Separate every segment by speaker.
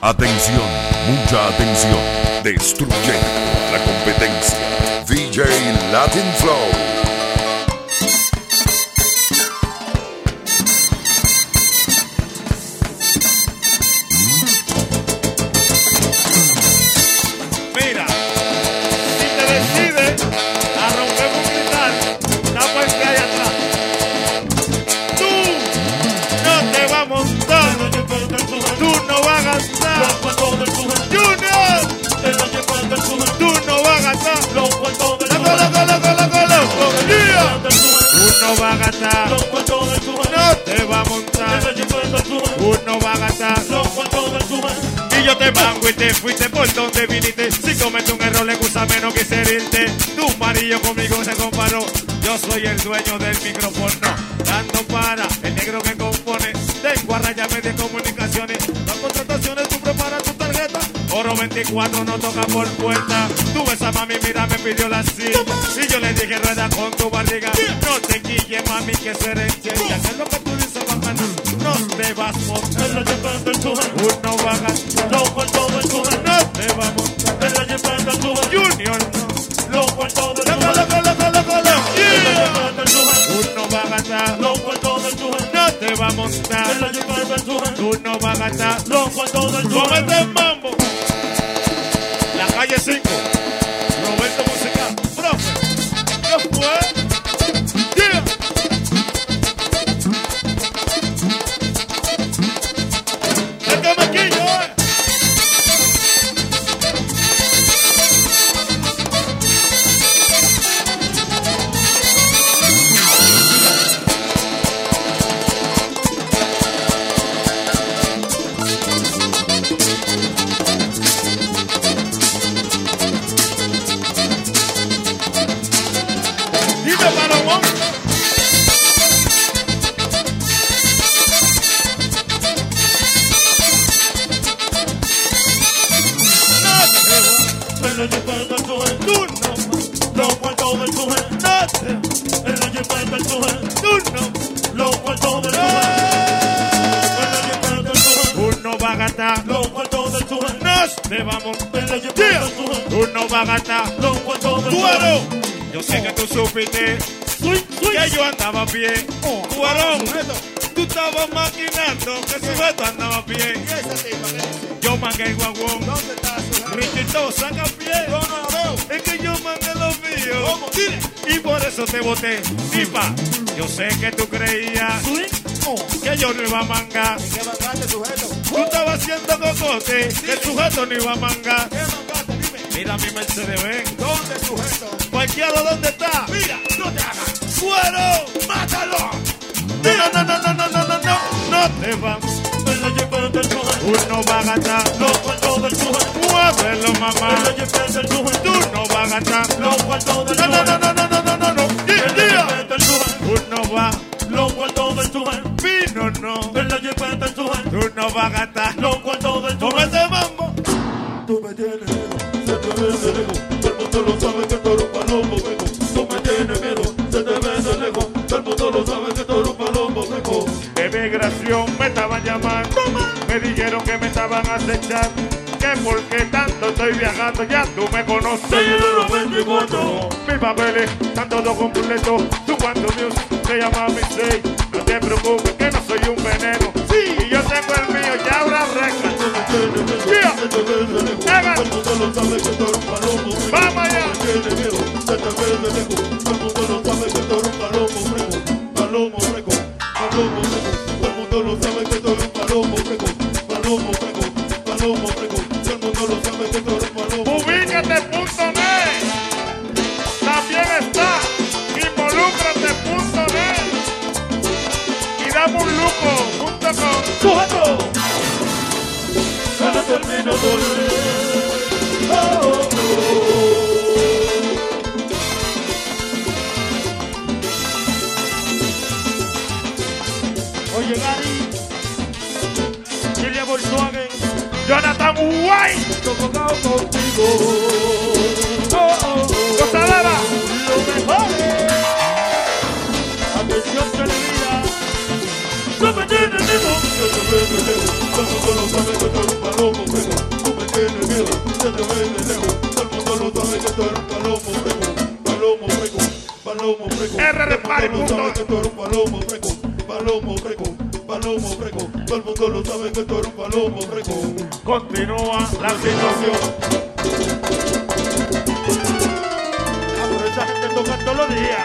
Speaker 1: Atención, mucha atención. Destruye la competencia. DJ Latin Flow.
Speaker 2: Mira, si te decides a romper un cristal, tapa el que hay atrás. Tú no te vas a montar, tú no vas a gastar. Junior, tú no vas a gastar. Loco, loco, loco, loco, loco, yeah. Tú no vas a gastar, no te vas a montar, tú no vas a gastar. Y yo te mango y te fuiste por donde viniste. Si comete un error, le gusta menos que herirte. Tu marido conmigo se comparó. Yo soy el dueño del micrófono. Dando para el negro que compone. Tengo a raya de comunicaciones. Las contrataciones, tú preparas tu tarjeta. Oro 24 no toca por puerta. Tú esa mami, mira, me pidió la silla. Y yo le dije, rueda con tu barriga. No te quille, mami, que se renche. Y hacer lo que tú dices, mamá, no te vas a montar. Uno va a gastar. No te va a montar. Junior, loco, loco, loco, loco, loco. Yeah. Uno va a gastar. No te va a montar. Tú no vas a gastar. Comete el mambo. La calle 5. Roberto Musical. Profe. ¿Qué fue? Yeah. El camaquillo, eh. Dime Palomón. Tú no, no te tú no. Tú no vas a gastar, nos te vamos. Tú no vas a gastar, cuero. Yo sé que tú supiste que yo andaba a pie. Cuarón, tú estabas maquinando que su veto andaba a pie. Yo mangué el guaguón. Riquito, saca pie. Es que yo mandé los míos. Y por eso te boté. Tipa, yo sé que tú creías Oh, que yo no iba a mangar. Tú estabas haciendo cocote, que el sujeto no iba a mangar. Mira mi Mercedes Benz. Cualquiera donde está. Mira, no te hagas. ¡Fuero! ¡Mátalo! No, no, no, no, no, no, no, no. No te vamos. Uno va a gastar. Muévelo, mamá. Tú no vas a gastar. No, no, no, no, no, no, no, no, no. Yeah, yeah. Uno va. Vino, no. Tú no vas a gastar. Toma ese mambo.
Speaker 3: Tú me tienes miedo, se te ve de lejos. Todo el mundo lo sabe que tú eres un palomo, hueco. Tú me tienes miedo, se te ve de lejos. Todo el mundo lo sabe que tú eres un palomo, hueco.
Speaker 2: De migración me estaban llamando, me dijeron que me estaban acechando, que porque tanto estoy viajando, ya tú me conoces.
Speaker 3: Soy el 94.
Speaker 2: Mis papeles están todos completos, tú cuando music te llama mi seis, no te preocupes que no soy un veneno, y yo tengo el mío, ya ahora
Speaker 3: Tú me tienes miedo,
Speaker 2: Yeah.
Speaker 3: se te ve de lejos.
Speaker 2: Haga.
Speaker 3: Todo el mundo lo sabe que tú eres un palomo, hueco.
Speaker 2: Vamos allá.
Speaker 3: Tú me tienes miedo, se te ve de lejos. Todo el mundo lo sabe que tú eres un palomo, hueco. Palomo, hueco. Palomo, hueco. Todo el mundo lo sabe que tú eres un palomo, hueco. Palomo, hueco. Palomo, hueco. Todo el mundo lo sabe que tú eres un palomo, hueco.
Speaker 2: Ubícate.net También está Involúcrate.net Y dame un luco junto con
Speaker 3: ¡Sujeto! ¡Sana Terminator! ¡Oh, oh, oh!
Speaker 2: Oye Gary Silvia Volkswagen Jonathan White
Speaker 3: Tocado contigo ¡Oh, oh, oh!
Speaker 2: Gozadera
Speaker 3: ¡Los mejores! ¡Atención, Televida! ¡Tú!
Speaker 2: tú me tienes miedo.
Speaker 3: Ya te ves de lejos, todo el mundo lo sabe que tú eres un palomo fresco. Tú me tienes miedo, ya te ves de lejos, todo el mundo lo sabe que tú eres un palomo fresco. Palomo fresco, palomo fresco.
Speaker 2: R de
Speaker 3: Todo el mundo lo
Speaker 2: pari, punto.
Speaker 3: sabe que tú eres un palomo fresco. Palomo fresco, palomo fresco. Todo el mundo lo sabe que tú eres un palomo fresco.
Speaker 2: Continúa la situación.
Speaker 3: Situación,
Speaker 2: Ah, pero esa gente toca todos los días.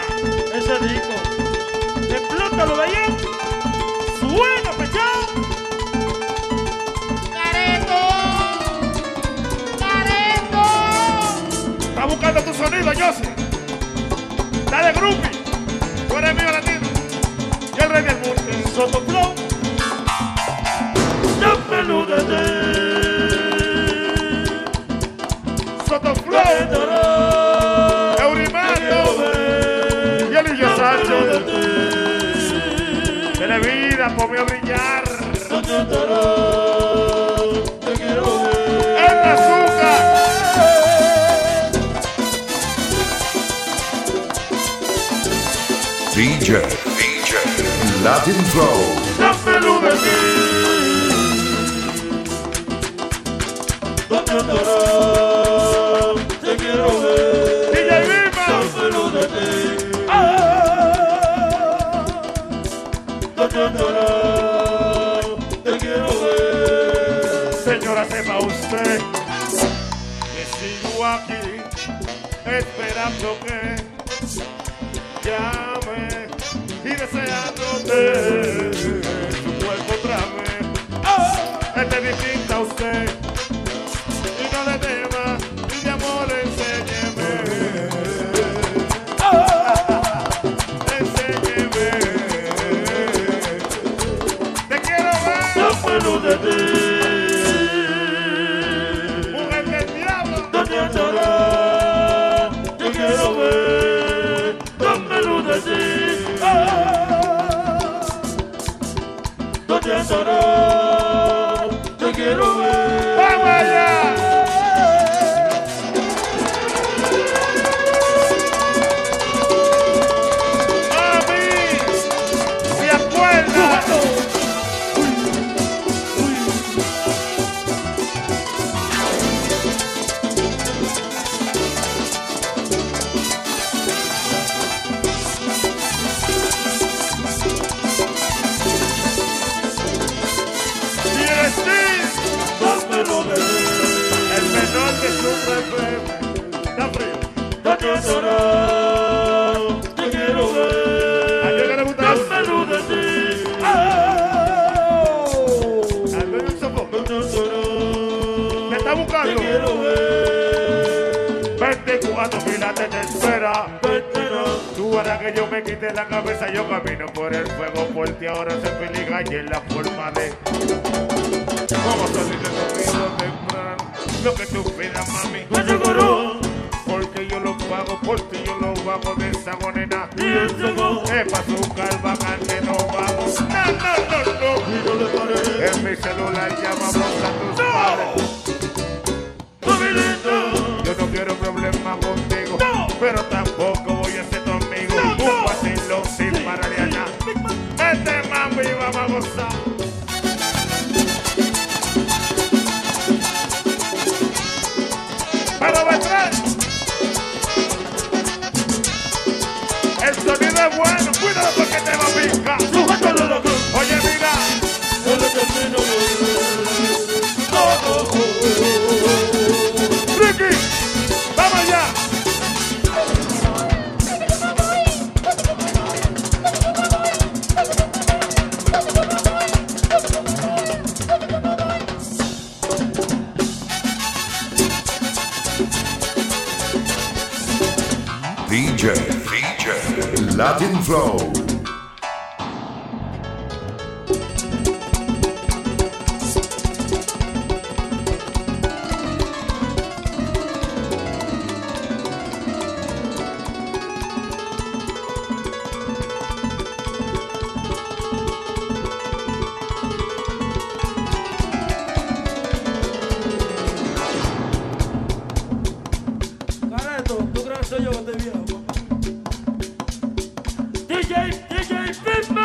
Speaker 2: Ese disco. Explótalo de allá. Suena para allá.
Speaker 4: Careto. Careto.
Speaker 2: Está buscando tu sonido, José. Está de groupie. Tú eres mío latino. Yo el rey del mundo. El Soto Flow. Ya pelúdate. Soto Flow. Eurimato. Y el Illo Sánchez. Tiene vida, por mí a brillar.
Speaker 3: te quiero ver.
Speaker 2: El azúcar.
Speaker 1: DJ, DJ, Latin Flow.
Speaker 2: Ya pelúdate.
Speaker 3: ¿Dónde andarás? Te quiero ver.
Speaker 2: DJ Viva.
Speaker 3: Salúdate. ¿Dónde andarás? Te quiero ver.
Speaker 2: Señora, sepa usted que sigo aquí esperando que llame y deseándote su cuerpo otra vez. Ah, Este es distinta a usted y no le tema y de amor enséñeme. Ah, Enséñeme. Te quiero ver, mujer del diablo.
Speaker 3: Te quiero ver, tan peluda así. Ah, ¿Dónde estará? Te quiero ver.
Speaker 2: ¡Vamos allá! ¡Mami! ¿Se acuerda? ¡Mira, sí!
Speaker 3: Tan peluda así.
Speaker 2: El menor que sufre enfermo. Está frío.
Speaker 3: ¿Dónde estará? Te quiero ver.
Speaker 2: ¿A quién le gusta
Speaker 3: Tan
Speaker 2: eso?
Speaker 3: peluda así.
Speaker 2: ¡Oh!
Speaker 3: Ah,
Speaker 2: ¿A quién le gusta eso?
Speaker 3: ¿Dónde estará?
Speaker 2: ¿Me está
Speaker 3: Te
Speaker 2: buscando?
Speaker 3: quiero ver.
Speaker 2: 24 filas te espera.
Speaker 3: Vete,
Speaker 2: Tú harás que yo me quite la cabeza, yo camino por el fuego, por ti ahora se peligra y en la forma de. Vamos a salir de conmigo temprano, lo que tú pidas, mami.
Speaker 3: Vete, gurú.
Speaker 2: Porque yo lo pago, por ti yo lo hago de esa moneda.
Speaker 3: Y el segundo.
Speaker 2: Es azúcar vacante, no vamos. No, no, no, no.
Speaker 3: Y no le paré,
Speaker 2: En mi celular llamamos a tus padres.
Speaker 3: amiguito,
Speaker 2: Yo no quiero problema contigo,
Speaker 3: No.
Speaker 2: pero tampoco voy a ser tu amigo.
Speaker 3: No, no.
Speaker 2: Un vacilón sin parar de allá. Este mami vamos a gozar. Pero Beltrán. El sonido es bueno, cuidado porque te va a picar.
Speaker 3: sujétalo a la cruz,
Speaker 2: Oye, mira,
Speaker 3: él es el vino,
Speaker 2: Ricky, vamos allá.
Speaker 1: DJ, DJ, Latin Flow.
Speaker 5: Careto, ¿tú crees que soy yo que te viejo?
Speaker 2: DJ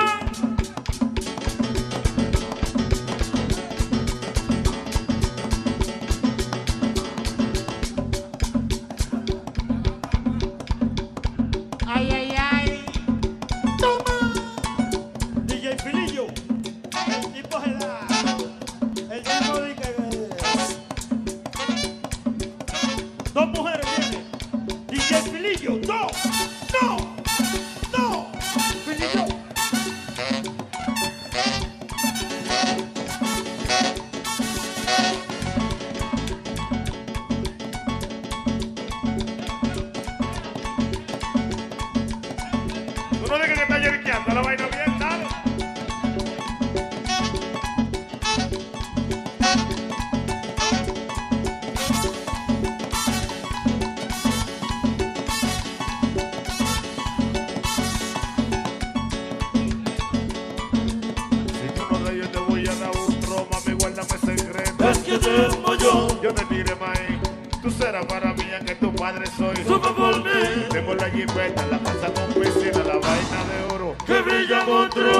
Speaker 2: vaina, la pasa con piscina, la vaina de oro.
Speaker 5: que brilla monstruo.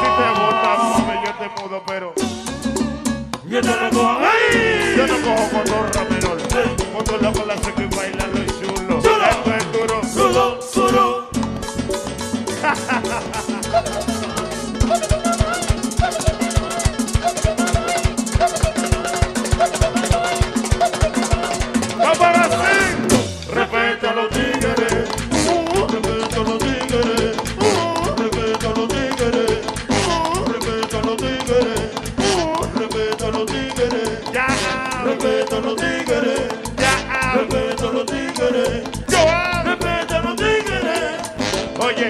Speaker 2: Si te botas, mami, yo te mudo, pero
Speaker 5: Yo te recojo ahí.
Speaker 2: yo no cojo cotorra menor. Motorla con la seco y baila lo chulo.
Speaker 5: Chulo.
Speaker 2: Esto es duro.
Speaker 5: Suro, suro.
Speaker 2: ¡Va para cinco!
Speaker 5: Respeta a los tigres.
Speaker 3: Respeto a los tigres, respeto a los tigres, respeto a los tigres, respeto a los tigres,
Speaker 2: Ya,
Speaker 3: respeto a los tigres,
Speaker 2: ya,
Speaker 3: respeto a los tigres,
Speaker 2: yo hablo.
Speaker 3: respeto a los tigres.
Speaker 2: Oye,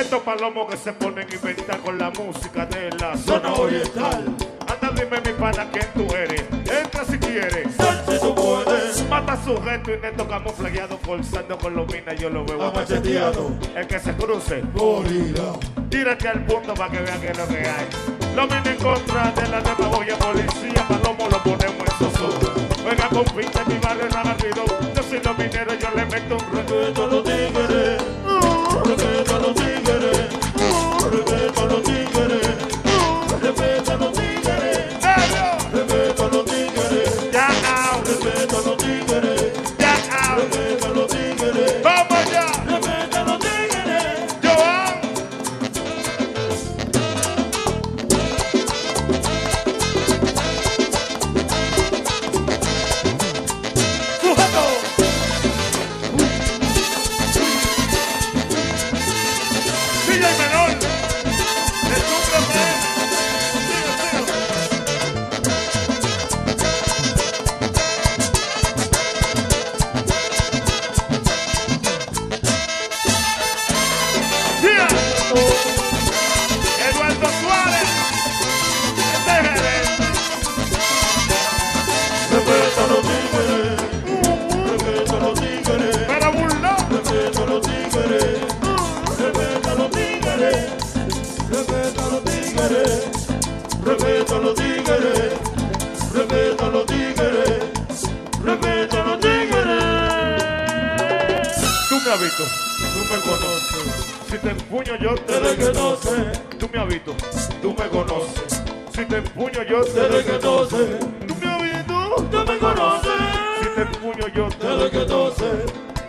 Speaker 2: estos palomos que se ponen a inventar con la música de la
Speaker 3: Zona
Speaker 2: zona
Speaker 3: oriental,
Speaker 2: Anda, dime mi pana quién tú eres. Entra si quieres.
Speaker 3: sal si tú puedes,
Speaker 2: Mata su reto y neto camuflajeado, forzando con los minas, yo lo veo.
Speaker 3: a macheteado,
Speaker 2: El que se cruce,
Speaker 3: gorila.
Speaker 2: tírate al punto para que vean que es lo que hay. Los minas en contra de la demagogia, policía, palomo, lo ponemos en su Juega con pinta, mi barrio no ha ruido. Yo soy los mineros, yo le meto un Uh. reto.
Speaker 3: Respeto a los tigres, respeto a los tigres, respeto a los tigres, respeto a los tigres,
Speaker 2: ¡Ey,
Speaker 3: respeto a los tigres,
Speaker 2: no! Ya, au,
Speaker 3: respeto a los tigres,
Speaker 2: ya, au.
Speaker 3: respeto a los tigres,
Speaker 2: ¡Vamos ya!
Speaker 3: respeto a los tigres.
Speaker 2: ¡Joan!
Speaker 3: ¡Sujeto!
Speaker 2: ¡Silla y menor! ¡El Supra FM. Sigue, sigue. Yeah. Eduardo Suárez. Este es el-
Speaker 3: Respeto a los tigres, respeto a los tigres,
Speaker 2: Pero burló.
Speaker 3: respeto a los tigres, respeto a los tigres, respeto a los tigres, respeto a los tigres, respeto a los tigres, respeto a los tigres.
Speaker 2: Tú me habitas.
Speaker 3: Tú me conoces,
Speaker 2: Si te empuño yo te
Speaker 3: desde que no
Speaker 2: doy.
Speaker 3: sé,
Speaker 2: Tú me habitas.
Speaker 3: tú me conoces,
Speaker 2: Si te empuño yo te
Speaker 3: desde
Speaker 2: doy.
Speaker 3: que no sé,
Speaker 2: Tú me habitas.
Speaker 3: tú me conoces,
Speaker 2: Si te empuño yo te doy.
Speaker 3: desde que no sé, tú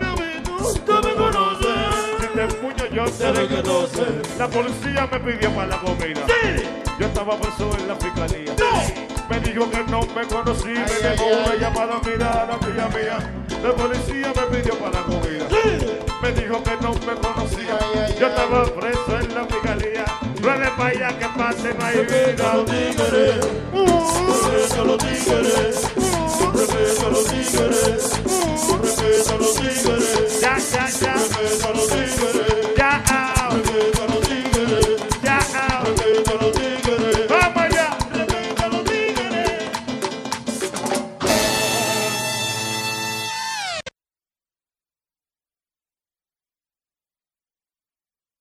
Speaker 3: me conoces.
Speaker 2: Si te empuño yo te
Speaker 3: Desde que
Speaker 2: doy.
Speaker 3: no sé.
Speaker 2: La policía me pidió para la comida. Yo estaba preso en la fiscalía. Me dijo que no me conocí, me dejó una llamada mirada mía mía. La policía me pidió para la comida. Me dijo que no me conocía. Yo estaba preso en la fiscalía. Ruede para allá que pase, no hay vida.
Speaker 3: Respeto a los tigres, respeto a los tigres, respeto a los
Speaker 2: ah.